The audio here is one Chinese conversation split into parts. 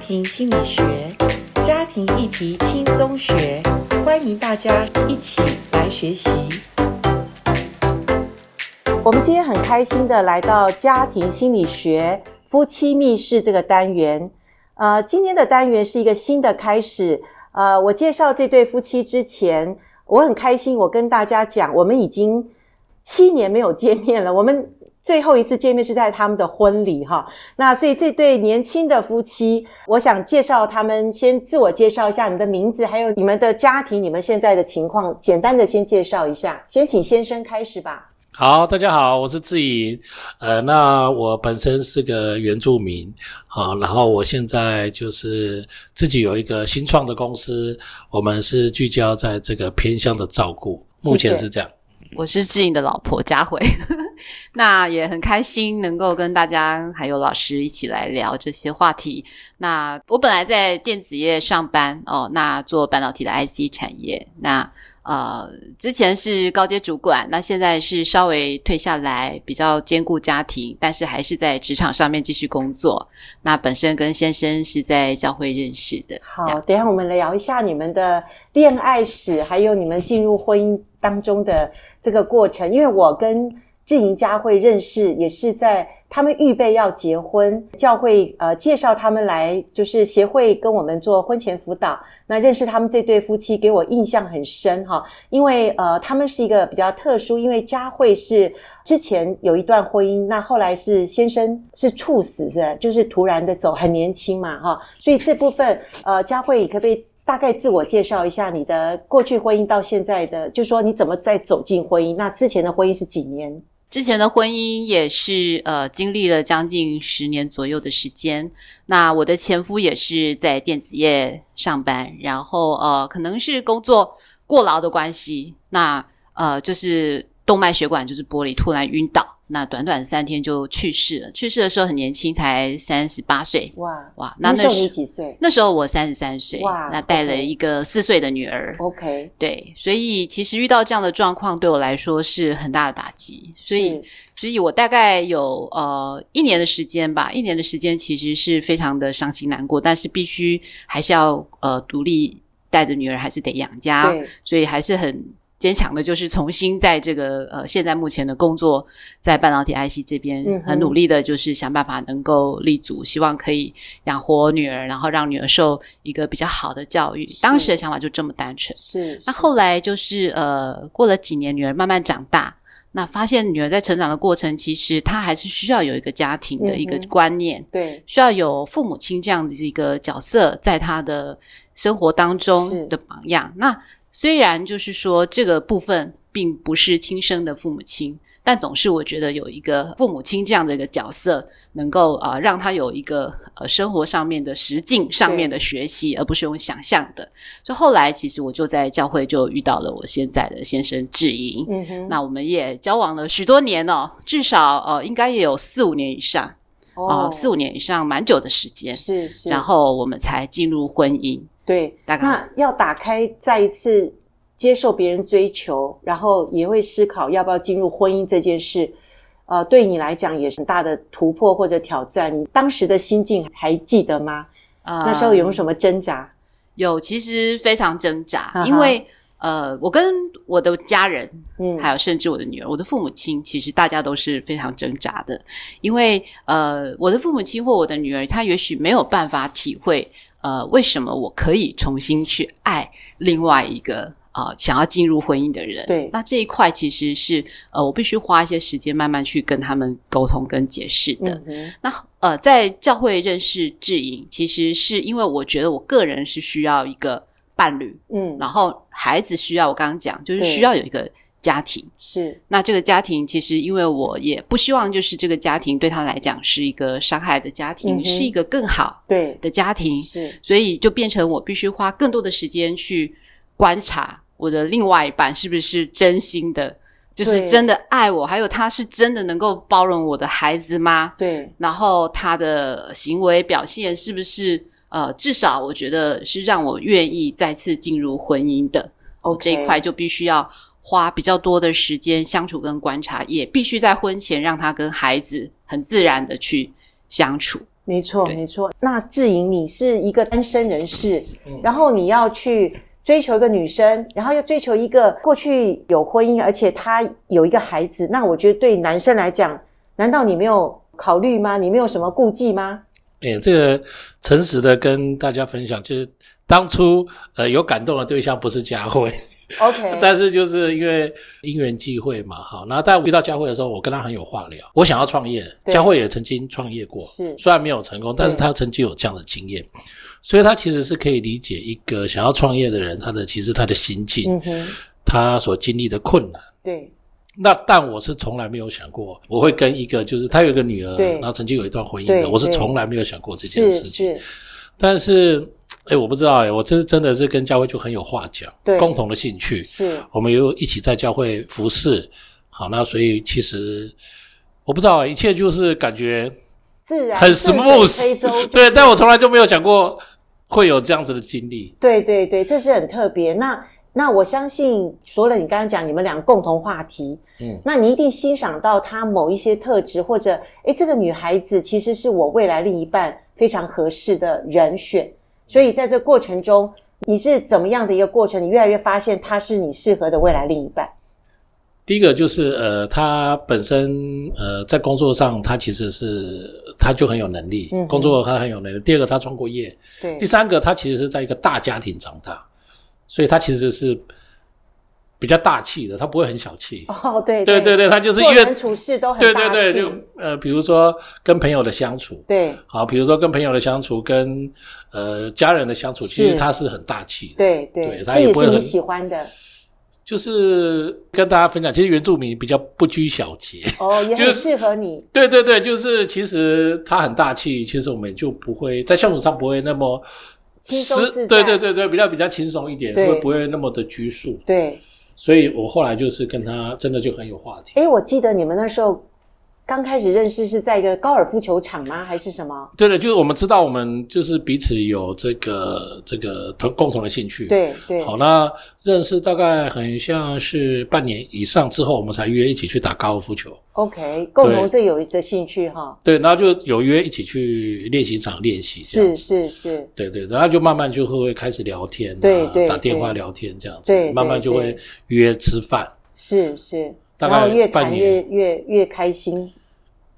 庭心理学，家庭议题轻松学，欢迎大家一起来学习。我们今天很开心的来到家庭心理学夫妻密室这个单元。呃，今天的单元是一个新的开始。呃，我介绍这对夫妻之前，我很开心，我跟大家讲，我们已经七年没有见面了。我们最后一次见面是在他们的婚礼哈。那所以这对年轻的夫妻，我想介绍他们，先自我介绍一下你们的名字，还有你们的家庭，你们现在的情况，简单的先介绍一下。先请先生开始吧。好，大家好，我是志颖。呃，那我本身是个原住民，好、然后我现在就是自己有一个新创的公司，我们是聚焦在这个偏乡的照顾，目前是这样。我是志颖的老婆佳慧， 那也很开心能够跟大家还有老师一起来聊这些话题。那我本来在电子业上班哦，那做半导体的 IC 产业，那呃之前是高阶主管，那现在是稍微退下来，比较兼顾家庭，但是还是在职场上面继续工作。那本身跟先生是在教会认识的，这好，样等一下我们聊一下你们的恋爱史，还有你们进入婚姻当中的这个过程。因为我跟志莹佳慧认识，也是在他们预备要结婚，教会呃介绍他们来，就是协会跟我们做婚前辅导。那认识他们这对夫妻，给我印象很深哈，因为呃他们是一个比较特殊，因为佳慧是之前有一段婚姻，那后来是先生是猝死，是吧就是突然的走，很年轻嘛哈，所以这部分呃佳慧可不可以？大概自我介绍一下你的过去婚姻到现在的，就说你怎么再走进婚姻？那之前的婚姻是几年？之前的婚姻也是呃经历了将近十年左右的时间。那我的前夫也是在电子业上班，然后呃可能是工作过劳的关系，那呃就是动脉血管就是剥离，突然晕倒，那短短三天就去世了。去世的时候很年轻，才三十八岁，哇，哇！那那时那候你时几岁那时候我三十三岁哇，那带了 OK 一个四岁的女儿。 ？OK，对，所以其实遇到这样的状况对我来说是很大的打击，所以是所以我大概有呃一年的时间吧，一年的时间其实是非常的伤心难过，但是必须还是要呃独立带着女儿，还是得养家，对所以还是很坚强的，就是重新在这个呃现在目前的工作，在半导体 IC 这边、嗯哼很努力的，就是想办法能够立足，希望可以养活女儿，然后让女儿受一个比较好的教育。当时的想法就这么单纯。是。那后来就是呃，过了几年，女儿慢慢长大，那发现女儿在成长的过程，其实她还是需要有一个家庭的一个嗯哼观念，对需要有父母亲这样子一个角色在她的生活当是中的榜样。那虽然就是说这个部分并不是亲生的父母亲。但总是我觉得有一个父母亲这样的一个角色，能够啊、呃让他有一个呃生活上面的实境上面的学习，而不是用想象的。所以后来其实我就在教会就遇到了我现在的先生志英，嗯哼，那我们也交往了许多年哦，至少呃应该也有四五年以上啊、四五年以上蛮久的时间，哦是是，然后我们才进入婚姻。对，大概那要打开再一次接受别人追求，然后也会思考要不要进入婚姻这件事，呃，对你来讲也是很大的突破或者挑战。你当时的心境还记得吗？呃啊那时候有什么挣扎？有其实非常挣扎，哈哈因为呃我跟我的家人嗯，还有甚至我的女儿，我的父母亲，其实大家都是非常挣扎的，因为呃，我的父母亲或我的女儿，她也许没有办法体会，呃，为什么我可以重新去爱另外一个呃想要进入婚姻的人。对那这一块其实是呃，我必须花一些时间慢慢去跟他们沟通跟解释的。嗯哼，那呃，在教会认识智颖，其实是因为我觉得我个人是需要一个伴侣，嗯，然后孩子需要我刚刚讲，就是对需要有一个家庭。是那这个家庭其实，因为我也不希望，就是这个家庭对他来讲是一个伤害的家庭，嗯哼是一个更好对，的家庭，是所以就变成我必须花更多的时间去观察我的另外一半是不是真心的，就是对真的爱我，还有他是真的能够包容我的孩子吗？对，然后他的行为表现是不是呃，至少我觉得是让我愿意再次进入婚姻的。哦这一块就必须要花比较多的时间相处跟观察，也必须在婚前让他跟孩子很自然的去相处。没错，对没错。那志颖，你是一个单身人士，嗯然后你要去追求一个女生，然后要追求一个过去有婚姻，而且她有一个孩子，那我觉得对男生来讲，难道你没有考虑吗？你没有什么顾忌吗？哎，这个诚实的跟大家分享，就是当初呃有感动的对象不是佳慧， OK， 但是就是因为因缘际会嘛，好，那但遇到佳慧的时候，我跟她很有话聊。我想要创业，对佳慧也曾经创业过，是虽然没有成功，但是对她曾经有这样的经验，所以她其实是可以理解一个想要创业的人，他的其实他的心境，嗯哼，他所经历的困难。对，那但我是从来没有想过，我会跟一个就是她有一个女儿，对然后曾经有一段婚姻对的，我是对从来没有想过这件是事情。是，但是，哎，我不知道哎，我这真的是跟佳慧就很有话讲，对共同的兴趣，是我们又一起在教会服侍，好，那所以其实我不知道啊，一切就是感觉自然很顺水 smooth 推舟对，但我从来就没有想过会有这样子的经历。对对对，这是很特别。那那我相信，除了你刚刚讲你们俩共同话题，嗯，那你一定欣赏到她某一些特质，或者诶，这个女孩子其实是我未来另一半非常合适的人选。所以在这过程中，你是怎么样的一个过程？你越来越发现她是你适合的未来另一半。第一个就是呃，他本身呃在工作上，他其实是他就很有能力，嗯哼嗯工作他很有能力。第二个，他创过业，对第，三个，他其实是在一个大家庭长大，所以他其实是比较大气的，他不会很小气。哦，对对对对，对，他就是做越人处事都很对大对对，气就呃，比如说跟朋友的相处，对好，比如说跟朋友的相处，跟呃家人的相处，其是实他是很大气的，对对，对她这也也不会是你很喜欢的就是跟大家分享，其实原住民比较不拘小节，哦，也就很是适合你。对对对，就是其实他很大气，其实我们就不会在相处上不会那么轻松是自在对对对对，比较比较轻松一点，对所以不会那么的拘束，对，所以我后来就是跟他真的就很有话题。哎诶，我记得你们那时候刚开始认识是在一个高尔夫球场吗？还是什么？对了，就是我们知道我们就是彼此有这个这个同共同的兴趣，对对，好，那认识大概很像是半年以上之后，我们才约一起去打高尔夫球。 OK，共同这有一个兴趣哈，对，然后就有约一起去练习场练习这样是子。是是，对对，然后就慢慢就会开始聊天、啊，对对打电话对聊天这样子，对对慢慢就会约吃饭。是是，大然后概越半谈越年越越开心，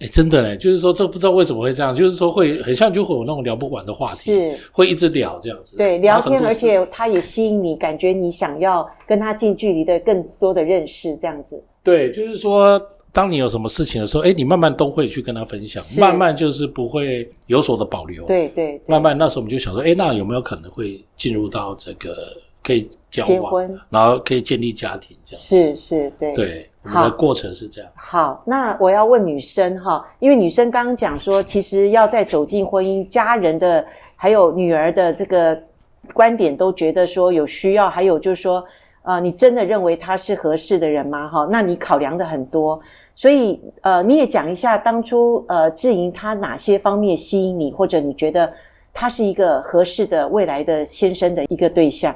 哎，真的嘞，就是说这不知道为什么会这样，就是说会很像就会有那种聊不完的话题，是会一直聊这样子。对然聊后很天，多而事且他也吸引你，感觉你想要跟他近距离的更多的认识，这样子，对，就是说，当你有什么事情的时候，哎，你慢慢都会去跟他分享是，慢慢就是不会有所的保留。，对对对，慢慢那时候我们就想说，哎，那有没有可能会进入到这个可以交结往，婚，然后可以建立家庭这样？是是，对。对，我们的好过程是这样。好，那我要问女生哈，因为女生刚刚讲说，其实要再走进婚姻，家人的还有女儿的这个观点都觉得说有需要，还有就是说，呃，你真的认为他是合适的人吗？哈，那你考量的很多，所以呃，你也讲一下当初呃志莹她哪些方面吸引你，或者你觉得他是一个合适的未来的先生的一个对象。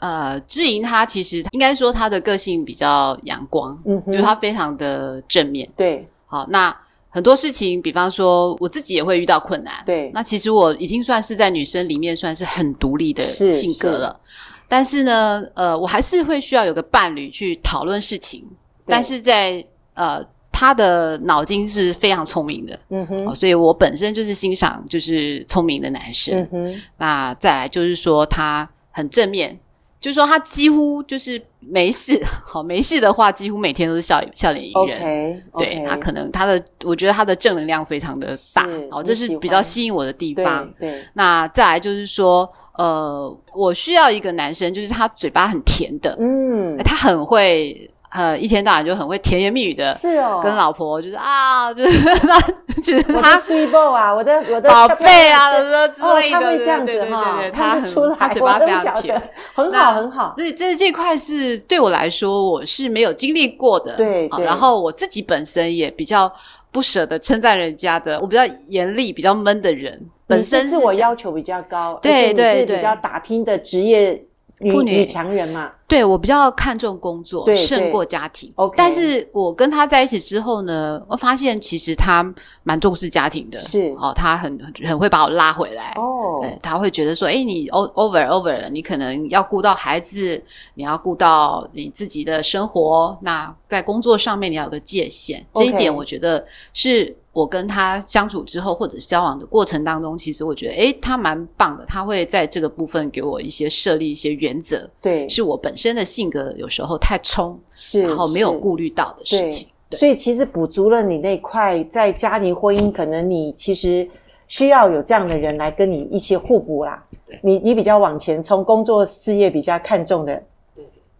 呃，志莹她其实应该说她的个性比较阳光，嗯哼就是她非常的正面。对好，那很多事情，比方说我自己也会遇到困难，对那其实我已经算是在女生里面算是很独立的是性格了，但是呢，呃，我还是会需要有个伴侣去讨论事情，但是在呃，他的脑筋是非常聪明的、嗯哼，哦，所以我本身就是欣赏就是聪明的男生。嗯哼，那再来就是说他很正面，就是说他几乎就是没事， 好没事的话，几乎每天都是笑笑脸迎人。 ，OK，对他可能他的，我觉得他的正能量非常的大是，哦，你这喜是欢比较吸引我的地对方。对。那再来就是说，呃，我需要一个男生，就是他嘴巴很甜的，嗯，他很会，呃，一天到晚就很会甜言蜜语的是哦，呃跟老婆，就是啊，就是 他，其实我他的 sweet b o 啊，我的我的宝贝啊，漂亮什的么之类哦，他的，会这样对子对哈对，对，他看得出很来，他嘴我巴都非常晓甜。得，很好那很好，对，这这一块是对我来说我是没有经历过的，对好对然后我自己本身也比较不舍得称赞人家的，我比较严厉、比较闷的人，本身你是是自我这样要求比较高，对而且你对是对比较打拼的职业女妇女女强人嘛，对我比较看重工作对胜对过家庭 OK 但是我跟他在一起之后呢，我发现其实他蛮重视家庭的，是哦，他很很很会把我拉回来。哦，对，他会觉得说，哎，你 o- over over 了，你可能要顾到孩子，你要顾到你自己的生活，那在工作上面你要有个界限。这 OK 一点我觉得是我跟他相处之后，或者是交往的过程当中，其实我觉得，哎，他蛮棒的，他会在这个部分给我一些设立一些原则，对，是我本身的性格有时候太冲，是，然后没有是顾虑到的事情。对，所以其实补足了你那块在家庭婚姻，可能你其实需要有这样的人来跟你一起互补啦。你你比较往前冲，工作事业比较看重的。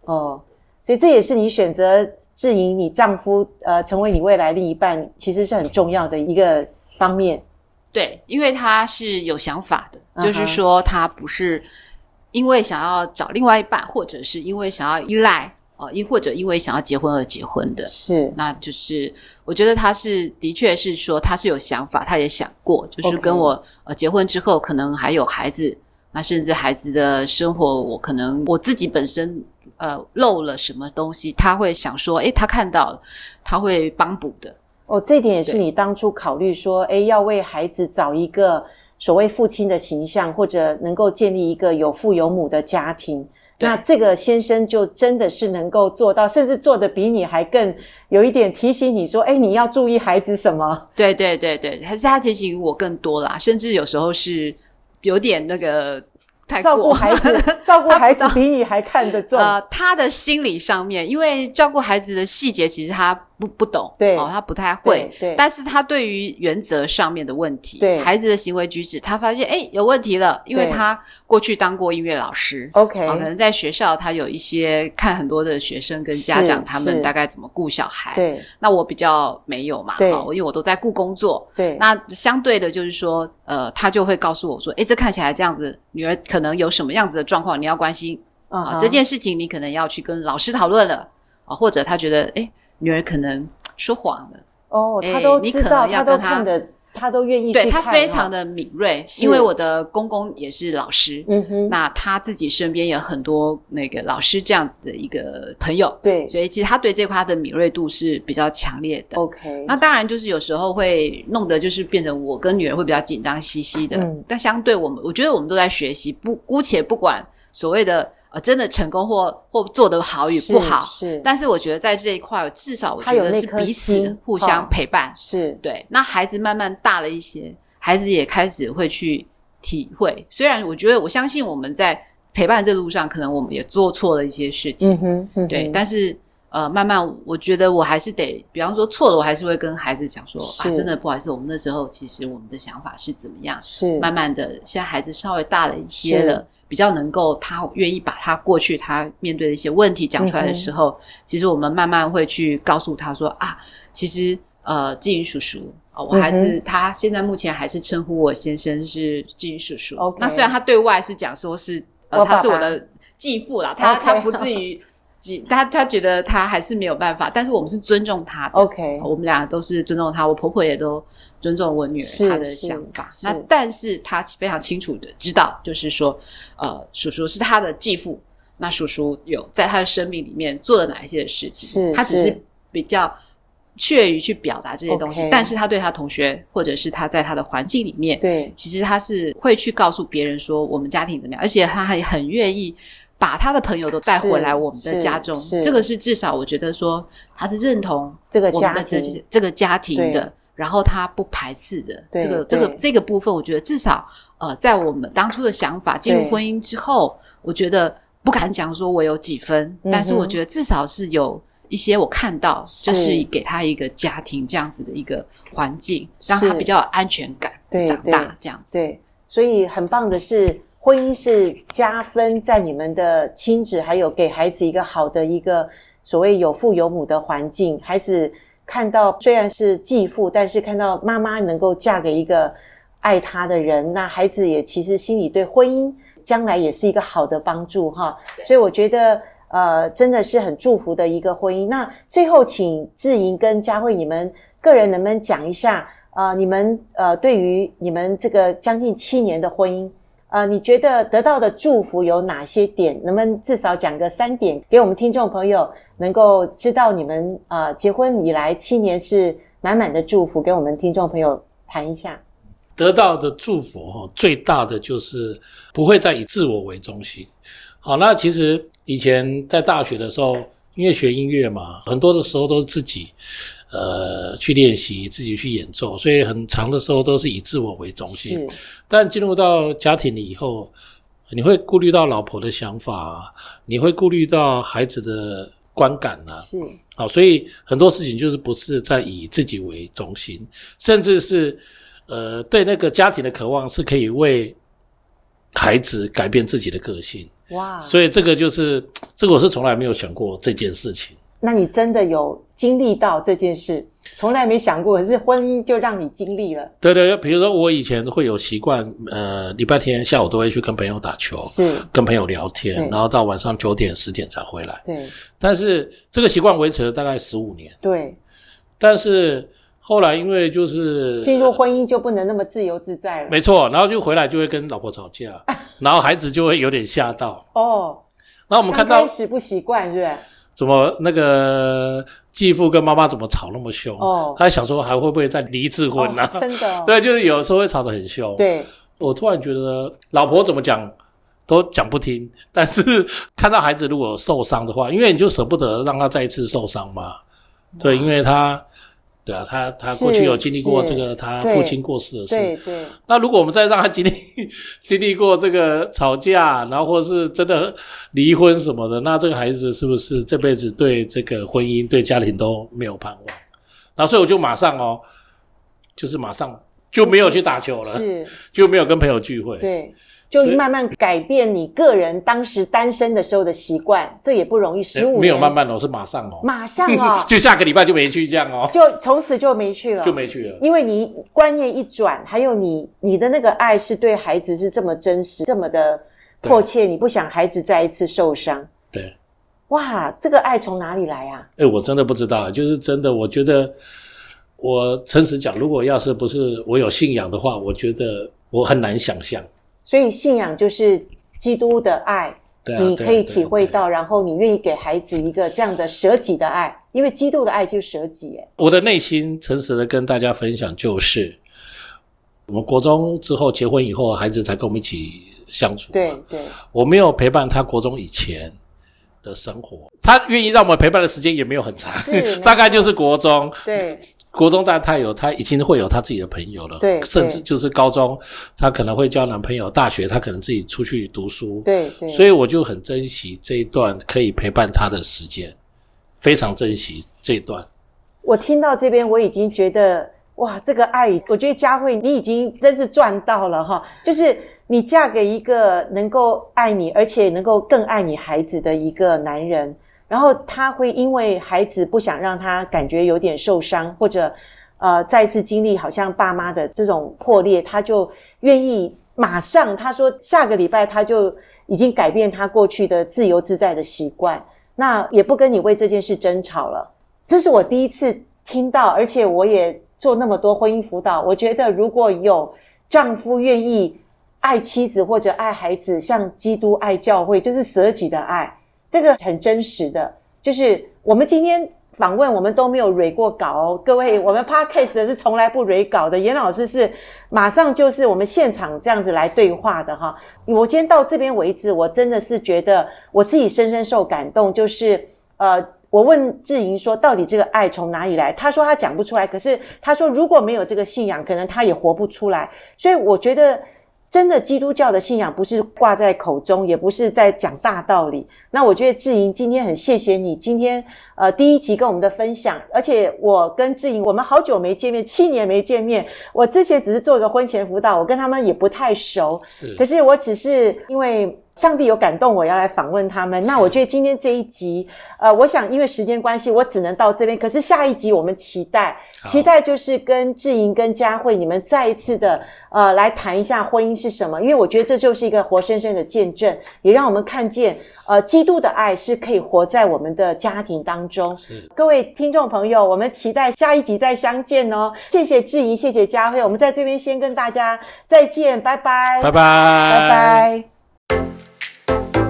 哦，所以这也是你选择志颖你丈夫呃成为你未来另一半，其实是很重要的一个方面。对，因为他是有想法的，嗯哼就是说他不是因为想要找另外一半，或者是因为想要依赖，哦、因或者因为想要结婚而结婚的。是那就是我觉得他是的确是说他是有想法，他也想过，就是 OK 跟我呃结婚之后可能还有孩子，那甚至孩子的生活，我可能我自己本身呃漏了什么东西，他会想说，诶，他看到了，他会帮补的。哦，这点也是对你当初考虑说，哎，要为孩子找一个所谓父亲的形象，或者能够建立一个有父有母的家庭。对那这个先生就真的是能够做到，甚至做的比你还更有一点提醒你说，哎，你要注意孩子什么？对对对对，还是他提醒我更多啦，甚至有时候是有点那个太过，照顾孩子照顾孩子比你还看得重。 呃，他的心理上面，因为照顾孩子的细节，其实他不不懂，对哦，他不太会，对对但是他对于原则上面的问题，对孩子的行为举止，他发现哎有问题了，因为对他过去当过音乐老师， OK，哦，可能在学校他有一些看很多的学生跟家是长他们是大概怎么顾小孩，对那我比较没有嘛，对哦因为我都在顾工作，对，那相对的，就是说，呃，他就会告诉我说，诶，这看起来这样子，女儿可能有什么样子的状况，你要关心嗯啊、哼这件事情你可能要去跟老师讨论了啊，或者他觉得，诶，女儿可能说谎了，哦，哎他都你知可道，能要他都跟他看得，他都愿意去对他看非常的，的敏锐，是因为我的公公也是老师，嗯哼，那他自己身边有很多那个老师这样子的一个朋友，对所以其实他对这块他的敏锐度是比较强烈的。 ，OK，那当然就是有时候会弄得就是变成我跟女儿会比较紧张兮兮的，嗯但相对我们，我觉得我们都在学习，不姑且不管所谓的呃真的成功或或做得好与是不好，是，但是我觉得在这一块，至少我觉他有得那是颗彼此心互相哦陪伴。是对，那孩子慢慢大了一些，孩子也开始会去体会。虽然我觉得我相信我们在陪伴这路上，可能我们也做错了一些事情，嗯哼，嗯对，哼但是呃，慢慢我觉得我还是得，比方说错了，我还是会跟孩子讲说啊，是真的不好意思，我们那时候其实我们的想法是怎么样。是慢慢的，现在孩子稍微大了一些是了，比较能够他愿意把他过去他面对的一些问题讲出来的时嗯候，其实我们慢慢会去告诉他说啊，其实呃，静怡叔叔。哦，我孩子、嗯他现在目前还是称呼我先生是静怡叔叔。 OK 那虽然他对外是讲说是呃我爸他爸是我的继父啦，他 OK 他不至于 继他他觉得他还是没有办法，但是我们是尊重他的。 OK，我们俩都是尊重他，我婆婆也都尊重我女儿是她的是想法。是那但是她非常清楚的知道，就是说，呃，叔叔是她的继父，那叔叔有在她的生命里面做了哪一些事情，是她只是是比较怯于去表达这些东西 OK 但是她对她同学或者是她在她的环境里面，对其实她是会去告诉别人说我们家庭怎么样，而且她还很愿意。把她的朋友都带回来是我们的是家中，是这个是至少我觉得说她是认同这个我们家的这庭这个家庭的对，然后他不排斥的对这个这个对这个部分，我觉得至少呃，在我们当初的想法进入对婚姻之后，我觉得不敢讲说我有几分，嗯哼但是我觉得至少是有一些我看到，是就是给他一个家庭这样子的一个环境，是让他比较有安全感，对长对大这样子。对，所以很棒的是，婚姻是加分在你们的亲子，还有给孩子一个好的一个所谓有父有母的环境，孩子看到虽然是继父，但是看到妈妈能够嫁给一个爱他的人，那孩子也其实心里对婚姻将来也是一个好的帮助哈。对所以我觉得。呃，真的是很祝福的一个婚姻。那最后，请志莹跟佳慧，你们个人能不能讲一下，呃，你们呃，对于你们这个将近七年的婚姻，呃，你觉得得到的祝福有哪些点？能不能至少讲个三点，给我们听众朋友能够知道你们啊、呃、结婚以来七年是满满的祝福，给我们听众朋友谈一下。得到的祝福哈，最大的就是不会再以自我为中心。好，那其实以前在大学的时候，因为学音乐嘛，很多的时候都是自己呃去练习，自己去演奏，所以很长的时候都是以自我为中心是。，但进入到家庭里以后，你会顾虑到老婆的想法、啊，你会顾虑到孩子的观感啊，是，好，所以很多事情就是不是在以自己为中心，甚至是呃对那个家庭的渴望是可以为孩子改变自己的个性，哇！所以这个就是这个我是从来没有想过这件事情。那你真的有经历到这件事，从来没想过，可是婚姻就让你经历了，对对，比如说我以前会有习惯，呃，礼拜天下午都会去跟朋友打球，是跟朋友聊天对，然后到晚上九点十点才回来。对但是这个习惯维持了大概十五年，对。但是后来因为就是进入婚姻就不能那么自由自在了没错，然后就回来就会跟老婆吵 架，然后孩子就会有点吓到。哦。然后我我们看开到始不习惯，是不是？怎么那个继父跟妈妈怎么吵那么凶，哦他想说还会不会再离一次婚呢、哦真的哦， 对，就是有时候会吵得很凶。，对我突然觉得老婆怎么讲都讲不听，但是 看到孩子如果受伤的话，因为你就舍不得让他再一次受伤嘛。对，因为他，对啊，他他过去是有经历过是这个他对父亲过世的事，对对，那如果我们再让他经历经历过这个吵架，然后或是真的离婚什么的，那这个孩子是不是这辈子对这个婚姻、对家庭都没有盼望？然后所以我就马上哦，就是马上就没有去打球了，是，就没有跟朋友聚会。哎对，就所以慢慢改变你个人当时单身的时候的习惯，这也不容易。十五没有慢，慢哦，是马上哦，，马上哦 啊就下个礼拜就没去这样哦，就从此就没去了，就没去了。因为你观念一转，还有你你的那个爱是对孩子是这么真实、这么的迫切，你不想孩子再一次受伤。对，哇，这个爱从哪里来啊？哎，我真的不知道，就是真的，我觉得，我诚实讲，如果要是不是我有信仰的话，我觉得我很难想象。所以信仰就是基督的爱，对啊，你对啊可以对啊体会对啊到，然后你愿意给孩子一个这样的舍己的爱，因为基督的爱就是舍己。哎，我的内心诚实的跟大家分享，就是我们国中之后结婚以后，孩子才跟我们一起相处。对，对，我没有陪伴他国中以前的生活，他愿意让我们陪伴的时间也没有很长是，大概就是国中，对，国中大概他有他已经会有他自己的朋友了，对甚至对就是高中他可能会交男朋友，大学他可能自己出去读书，对，对。所以以我就很珍惜这一段可以陪伴他的时间，非常珍惜这一段。我听到这边，我已经觉得哇，这个爱，我觉得佳慧你已经真是赚到了哈！就是你嫁给一个能够爱你，而且能够更爱你孩子的一个男人，然后他会因为孩子不想让他感觉有点受伤，或者呃再次经历好像爸妈的这种破裂，他就愿意马上他说下个礼拜他就已经改变他过去的自由自在的习惯，那也不跟你为这件事争吵了。这是我第一次听到，而且我也做那么多婚姻辅导，我觉得如果有丈夫愿意爱妻子或者爱孩子，像基督爱教会，就是舍己的爱，这个很真实的。就是我们今天访问，我们都没有蕊过稿哦，各位，我们 podcast 的是从来不蕊稿的，严老师是马上就是我们现场这样子来对话的哈。我今天到这边为止，我真的是觉得我自己深深受感动，就是呃，我问志莹说，到底这个爱从哪里来？她说她讲不出来，可是她说如果没有这个信仰，可能她也活不出来。所以我觉得，真的基督教的信仰不是挂在口中，也不是在讲大道理。那我觉得志莹今天很谢谢你，今天呃第一集跟我们的分享，而且我跟志莹我们好久没见面，七年没见面。我之前只是做个婚前辅导，我跟他们也不太熟，是可是我只是因为上帝有感动我要来访问他们。那我觉得今天这一集，呃，我想因为时间关系，我只能到这边。可是下一集我们期待，好期待就是跟志莹、跟佳慧你们再一次的呃来谈一下婚姻是什么，因为我觉得这就是一个活生生的见证，也让我们看见呃基督的爱是可以活在我们的家庭当中。是，各位听众朋友，我们期待下一集再相见哦！谢谢志怡，谢谢佳慧，我们在这边先跟大家再见，拜拜，拜拜，拜拜。拜